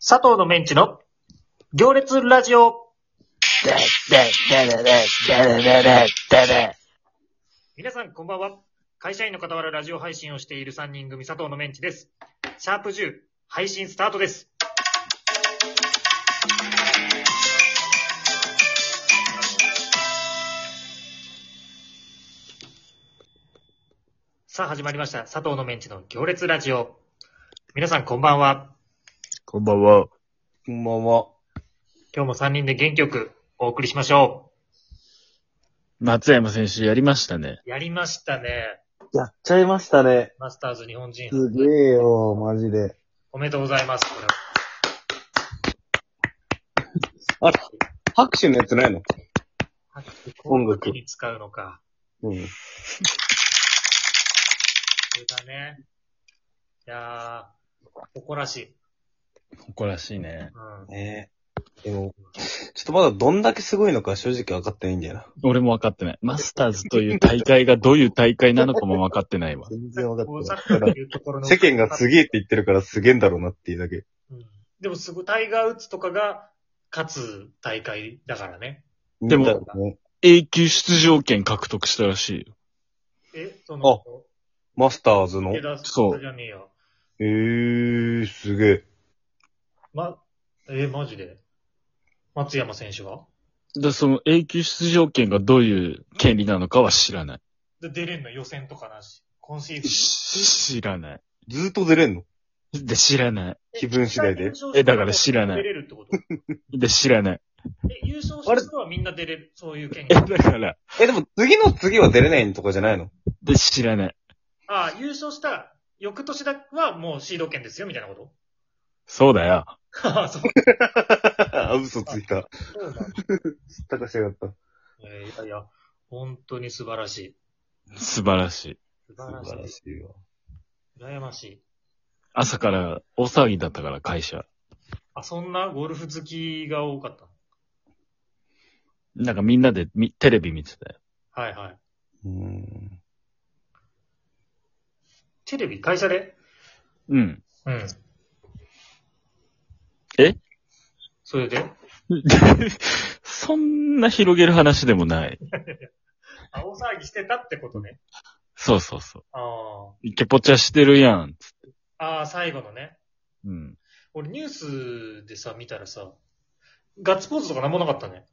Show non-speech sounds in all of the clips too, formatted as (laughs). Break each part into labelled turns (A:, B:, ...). A: 佐藤のメンチの行列ラジオ。皆さんこんばんは。会社員の傍らラジオ配信をしている3人組佐藤のメンチです。シャープ10、配信スタートです。さあ始まりました。佐藤のメンチの行列ラジオ。皆さんこんばんは。
B: こんばんは。
C: こんばんは。
A: 今日も3人で元気よくお送りしましょ
B: 松山選手やりましたね。
A: う。やりましたね。
C: やっちゃいましたね。
A: マスターズ日本人。
C: すげえよ、マジで。
A: おめでとうございます。これは
C: あれ、拍手のやつないの音楽
A: こういう時に使うのか。
C: うん。
A: それだね。いやー、誇らしい。
B: 誇らしいね。
A: うん。
C: ねえ。でも、ちょっとまだどんだけすごいのか正直分かってないんだよな。
B: 俺も分かってない。マスターズという大会がどういう大会なのかも分かってないわ。
C: 全
A: 大阪というところの。
C: (laughs) 世間がすげえって言ってるからすげえんだろうなっていうだけ。
A: うんでもすごい、タイガー・ウッズとかが勝つ大会だからね。
B: でも
C: だろうね、
B: 永久出場権獲得したらしいよ。
A: え、その、
C: マスターズの。
A: 池
C: え
A: 田
B: そう
A: じゃねえよ。
C: ー、すげえ。
A: ま、えーマジで。松山選手は
B: だからその永久出場権がどういう権利なのかは知らない。
A: で出れんの予選とかなし。今シーズン。
B: 知らない。
C: ずっと出れんの
B: で、知らない。
C: (laughs) 気分次第で。
B: えだから知らない
A: 出れるってこと
B: で、知らない。
A: え、優勝した人はみんな出れる。そういう権
B: え、
A: 限
B: だ。から、
C: え、でも次の次は出れないとかじゃない (laughs) の
B: で、知らない。
A: ああ、優勝した翌年だはもうシード権ですよ、みたいなこと
B: そうだよ。
A: あ (laughs) あ、そう。
C: あ、嘘ついた。
A: そうだ。
C: すったかしやがった。
A: えーいやいや、本当に素晴らしい。
B: 素晴らしい。
A: 素晴らし
C: 素晴ら
A: い。
C: しいわ。
A: 羨ましい。
B: 朝から大騒ぎだったから、会社。
A: あ、そんなゴルフ好きが多かった。
B: なんかみんなでみテレビ見てたよ。
A: はいはい。
C: うん。
A: テレビ、会社で
B: うん。
A: うん。
B: え
A: それで
B: (laughs) そんな広げる話でもない。
A: あ、大騒ぎしてたってことね。
B: そうそうそう。
A: あ
B: イケポチャしてるやん。
A: あ。ああ、最後のね。
B: うん。
A: 俺ニュースでさ、見たらさ、ガッツポーズとかなんもなかったね。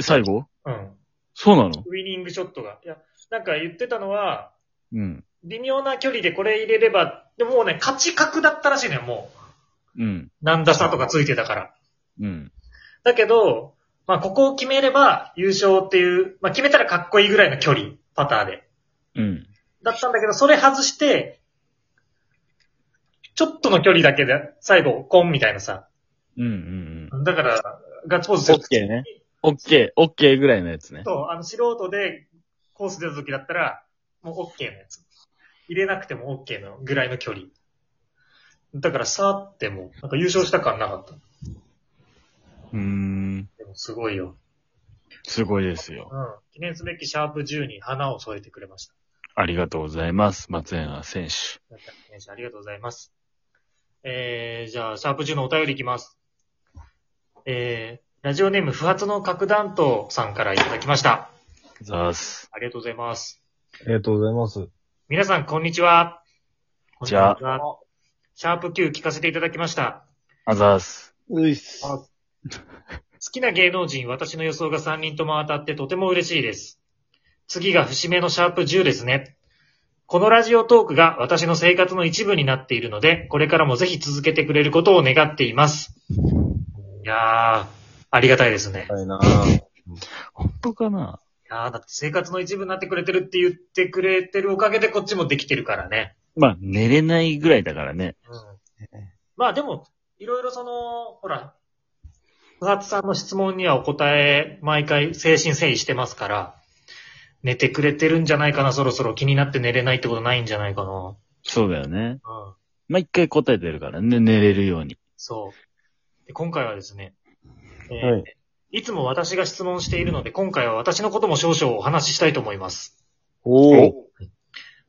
B: 最後
A: うん。
B: そうなの
A: ウィニングショットが。いや、なんか言ってたのは、
B: うん。
A: 微妙な距離でこれ入れれば、でももうね、勝ち確だったらしいのよ、も
B: うん。
A: う。何打差とかついてたから。
B: うん。
A: だけど、まあ、ここを決めれば優勝っていう、まあ、決めたらかっこいいぐらいの距離、パターで。
B: うん。
A: だったんだけど、それ外して、ちょっとの距離だけで、最後、コンみたいなさ。
B: うん。うん。
A: だから、ガッツポーズ
B: オッケーね。オッケー、オッケーぐらいのやつね。
A: そう、あの、素人でコース出た時だったら、もう OK のやつ。入れなくても OK のぐらいの距離。だから、さーっても、なんか優勝した感なかった。
B: うーん。
A: でも、すごいよ。
B: すごいですよ。
A: うん。記念すべきシャープ10に花を添えてくれました。
B: ありがとうございます。松山選手。
A: 皆さんありがとうございます。えー、じゃあ、シャープ10のお便りいきます。えー、ラジオネーム不発の核弾頭さんからいただきました。
B: ザース。
A: ありがとうございます。
C: ありがとうございます。
A: 皆さん、こんにちは。
B: こんにちは
A: こんにちは。シャープ Q 聞かせていただきました。
B: あざーす。
C: ういっす。
A: あ好きな芸能人、私の予想が3人とも当たってとても嬉しいです。次が節目のシャープ10ですね。このラジオトークが私の生活の一部になっているので、これからもぜひ続けてくれることを願っています。いやー、ありがたいですね。
C: いな
B: 本当かない
A: やー、だって生活の一部になってくれてるって言ってくれてるおかげでこっちもできてるからね。
B: まあ、寝れないぐらいだからね。
A: うんまあでも、いろいろその、ほら、不発さんの質問にはお答え、毎回精神誠意してますから、寝てくれてるんじゃないかな、そろそろ気になって寝れないってことないんじゃないかな。
B: そうだよね。
A: うん。
B: 毎回答えてるからね、寝れるように。
A: そう。で今回はですね、えー
C: はい
A: い、つも私が質問しているので、今回は私のことも少々お話ししたいと思います。
C: お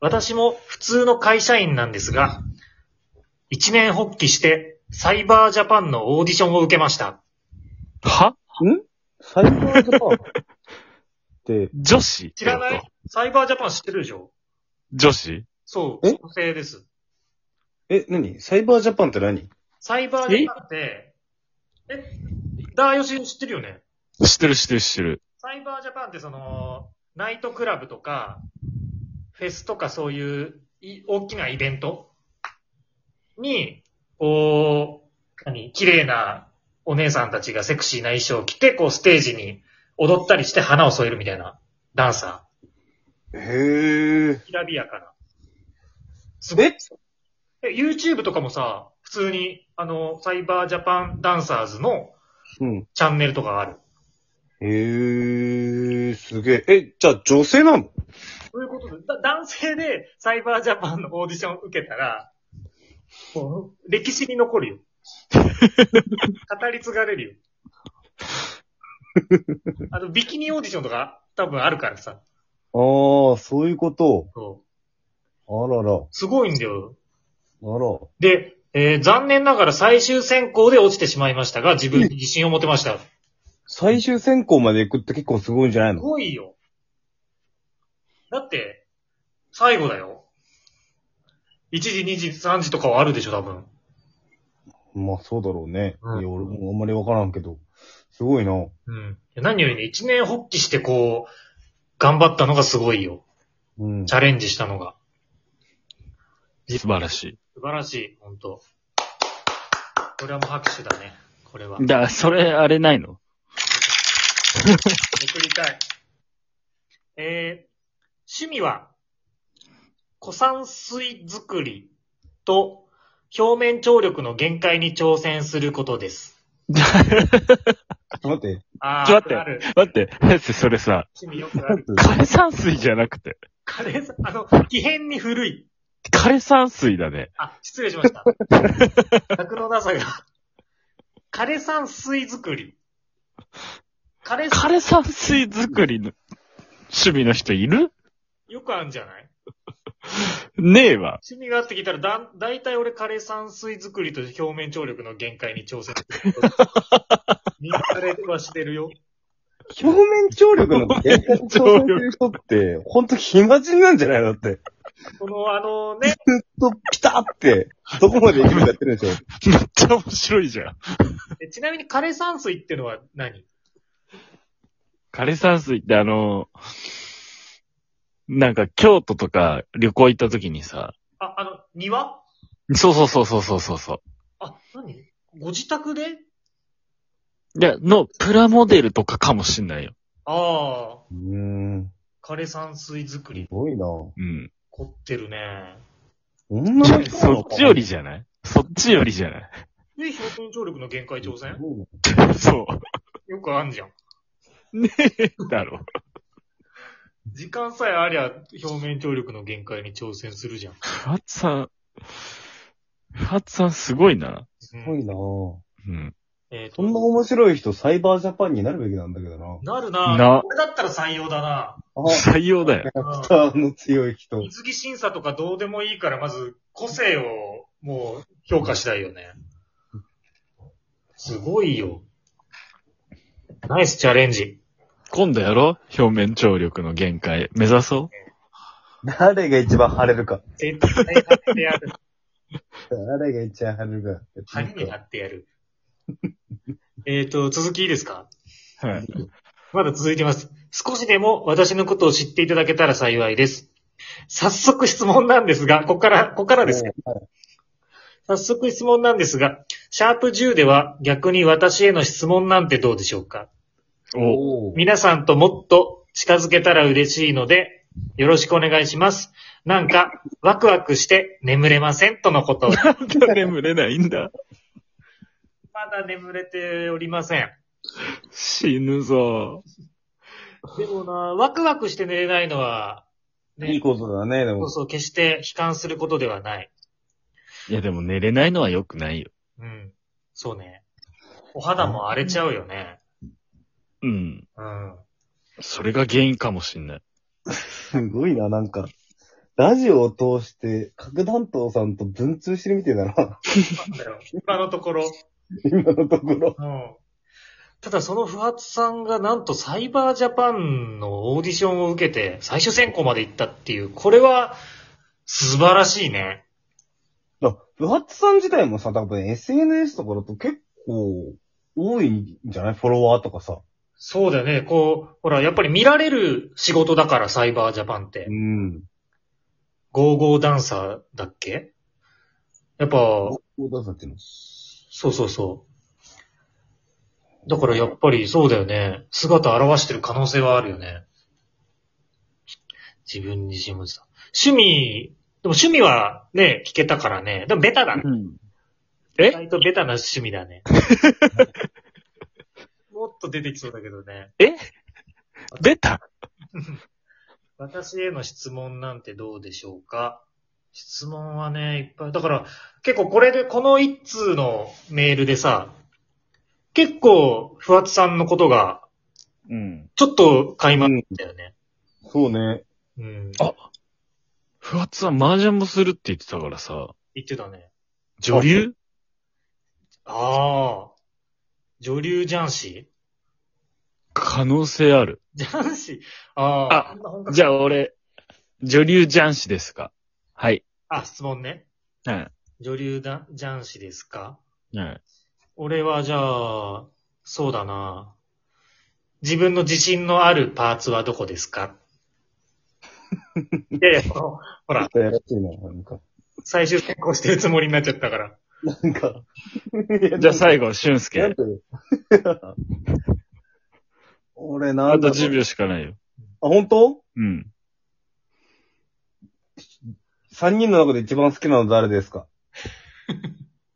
A: 私も普通の会社員なんですが、一年発起して、サイバージャパンのオーディションを受けました。
B: は
C: サイバージャパンって、
B: 女子
A: 知らない
B: えっと
A: サイバージャパン知ってるでしょ
B: 女子
A: そう、
C: え
A: 女性です。
C: え、何サイバージャパンって何
A: サイバージャパンって、え、ダーヨシ知ってるよね
B: 知ってる知ってる知ってる。
A: サイバージャパンってその、ナイトクラブとか、フェスとかそういうい大きなイベントに、こう、何、綺麗なお姉さんたちがセクシーな衣装を着て、こうステージに踊ったりして花を添えるみたいなダンサ
C: へー。
A: ー。きらびやかな。すごい。
C: え
A: え、YouTube とかもさ、普通に、あの、サイバージャパンダンサーズの
C: うん。
A: チャンネルとかがある。
C: へー、すげえ。え、じゃあ女性なの
A: そういうことで、だ男性でサイバージャパンのオーディションを受けたら、もう歴史に残るよ。語り継がれるよ。あと、ビキニオーディションとか多分あるからさ。
C: ああ、そういうこと。
A: そう
C: あらら、
A: すごいんだよ。
C: あら。
A: で、えー残念ながら最終選考で落ちてしまいましたが、自分に自信を持てました。
C: 最終選考まで行くって結構すごいんじゃない
A: す
C: の
A: ごいよ。だって、最後だよ。1時、2時、3時とかはあるでしょ、多分。
C: まあそうだろうね。
A: うん
C: いや、俺もあんまりわからんけど。すごいな。
A: うん。何よりね、一年発起してこう、頑張ったのがすごいよ。
C: うん。
A: チャレンジしたのが。
B: 素晴らし
A: 素晴らしい、本当これはもう拍手だね。これは。
B: い。
A: め
B: だから、それ、あれない (laughs) の
A: くりたい。えー、趣味は、古山水作りと、表面張力の限界に挑戦することです。
C: ちょっと待って。
A: あー
B: ちょっと待って
A: あるある
B: 待って、だってそれさ、
A: 趣味よくある。
B: 枯山水じゃなくて、
A: カレーさん、あの、奇変に古い。
B: 枯山水だね。
A: あ、失礼しま
B: (laughs)
A: した。額のなさが。枯山水作り。枯山、
B: 枯山水作りの趣味の人いる
A: よくあるんじゃない
B: ねえわ。
A: 趣味があって聞いたら、だ、だいたい俺枯山水作りと表面張力の限界に挑戦する。
B: (laughs)
A: 見慣れはしてるよ。
C: 表面張力の限界に挑戦する人って、ほんと暇人なんじゃないのだって。
A: この、あのね、
C: ほんとピタって、どこまで行くかやってるでしょ。
B: めっちゃ面白いじゃん。
A: えちなみに枯山水ってのは何
B: 枯山水ってあの、なんか京都とか旅行行った時にさ、
A: あ、あの、庭
B: そうそうそうそうそうそうそ
A: あ、何ご自宅で
B: う。いや、のプラモデルとかかもしんないよ。
A: あ
C: うーん。
A: あ、枯山水作り
C: す。ごいな。
B: うん。
A: 凝ってるね。
C: 女の人な
B: そ
C: の
B: っ
C: か
B: ちよりじゃないそっちよりじゃない
A: で、表面張力の限界挑戦
B: (laughs) そ
A: よくあんじゃん。
B: う。ねえ、だろ。
A: 時間さえありゃ、表面張力の限界に挑戦するじゃん。
B: 不発さん、不発さんすごいな。
A: う
C: すご
A: ん、
C: いな。そ
B: うん。
A: えっ、
C: んな
A: と、
C: 面白い人、サイバージャパンになるべきなんだけどな。
A: なるな
B: な
A: これだったら採用だな
C: あ、
B: 採用だよ。
C: スターの強い人。
A: 水着審査とかどうでもいいから、まず個性をもう評価したいよね。すごいよ。ナイスチャレンジ。
B: 今度やろう表面張力の限界。目指そう
C: 誰が一番晴れるか。
A: 絶対貼ってや (laughs) る。
C: 誰が一番晴れるか。
A: 貼りに貼ってやる。えっと、続きいいですか
B: はい。
A: まだ続いてます。少しでも私のことを知っていただけたら幸いです。早速質問なんですが、ここから、ここからですね。早速質問なんですが、シャープ10では逆に私への質問なんてどうでしょうか
B: お、
C: おー
A: 皆さんともっと近づけたら嬉しいので、よろしくお願いします。なんか、ワクワクして眠れませんとのこと。ま
B: 眠れないんだ。
A: だ眠れておりません。
B: 死ぬぞ。
A: でもな、ワクワクして寝れないのは、
C: いい
A: ね、
C: ことだね、で
A: そう
C: も。
A: そう、決して悲観することではない。
B: いやでも寝れないのは良くないよ。
A: うん。そうね。お肌も荒れちゃうよね。
B: うん。
A: うん。
B: それが原因かもしんない。
C: すごいな、なんか。ラジオを通して、核弾頭さんと文通してるみたいだ
A: な
C: な。 (laughs)
A: んだよ今のところ。
C: 今のところ。
A: うん。ただその不発さんがなんとサイバージャパンのオーディションを受けて最終選考まで行ったっていう、これは素晴らしいね。
C: あ、不発さん自体もさ、多分 SNS とかだと結構多いんじゃないフォロワーとかさ。
A: そうだよね。こう、ほら、やっぱり見られる仕事だから、サイバージャパンって。
C: ん。
A: ゴーゴーダンサーだっけやっぱ、
C: お父さんっていうの。
A: そうそうそう。だからやっぱりそうだよね。姿を表してる可能性はあるよね。自分自身もさ。趣味、でも趣味はね、聞けたからね。でもベタだね。
B: うん。
A: 意
B: え
A: 外とベタな趣味だね。もっと出てきそうだけどね。
B: ベタ
A: 私への質問なんてどうでしょうか質問はね、いっぱい。だから、結構これで、この一通のメールでさ、結構、ふわつさんのことが、
B: うん。
A: ちょっと垣間見えたよね。
C: そうね。
A: うん。
B: あふわっつは麻雀もするって言ってたからさ、
A: 言ってたね。
B: 女流
A: ああ。女流雀士
B: 可能性ある。
A: 雀士ああ。
B: あ
A: こんな本格
B: じゃあ俺、女流雀士ですかはい。
A: あ、質問ね。
B: うん。
A: 女流だ雀士ですか
B: うん。
A: 俺はじゃあ、そうだな。自分の自信のあるパーツはどこですかいやいや、そのほら、
C: やらしいな、なんか。
A: 最終選考してるつもりになっちゃったから。
C: なんか。
B: (laughs) じゃあ最
C: 後。
B: 後、俊
C: なん
B: 介。
C: か (laughs) 俺な
B: あ
C: んだ
B: と
C: ろう
B: 10秒しかないよ。
C: あ、本当
B: うん。
C: 三人の中で一番好きなの誰ですか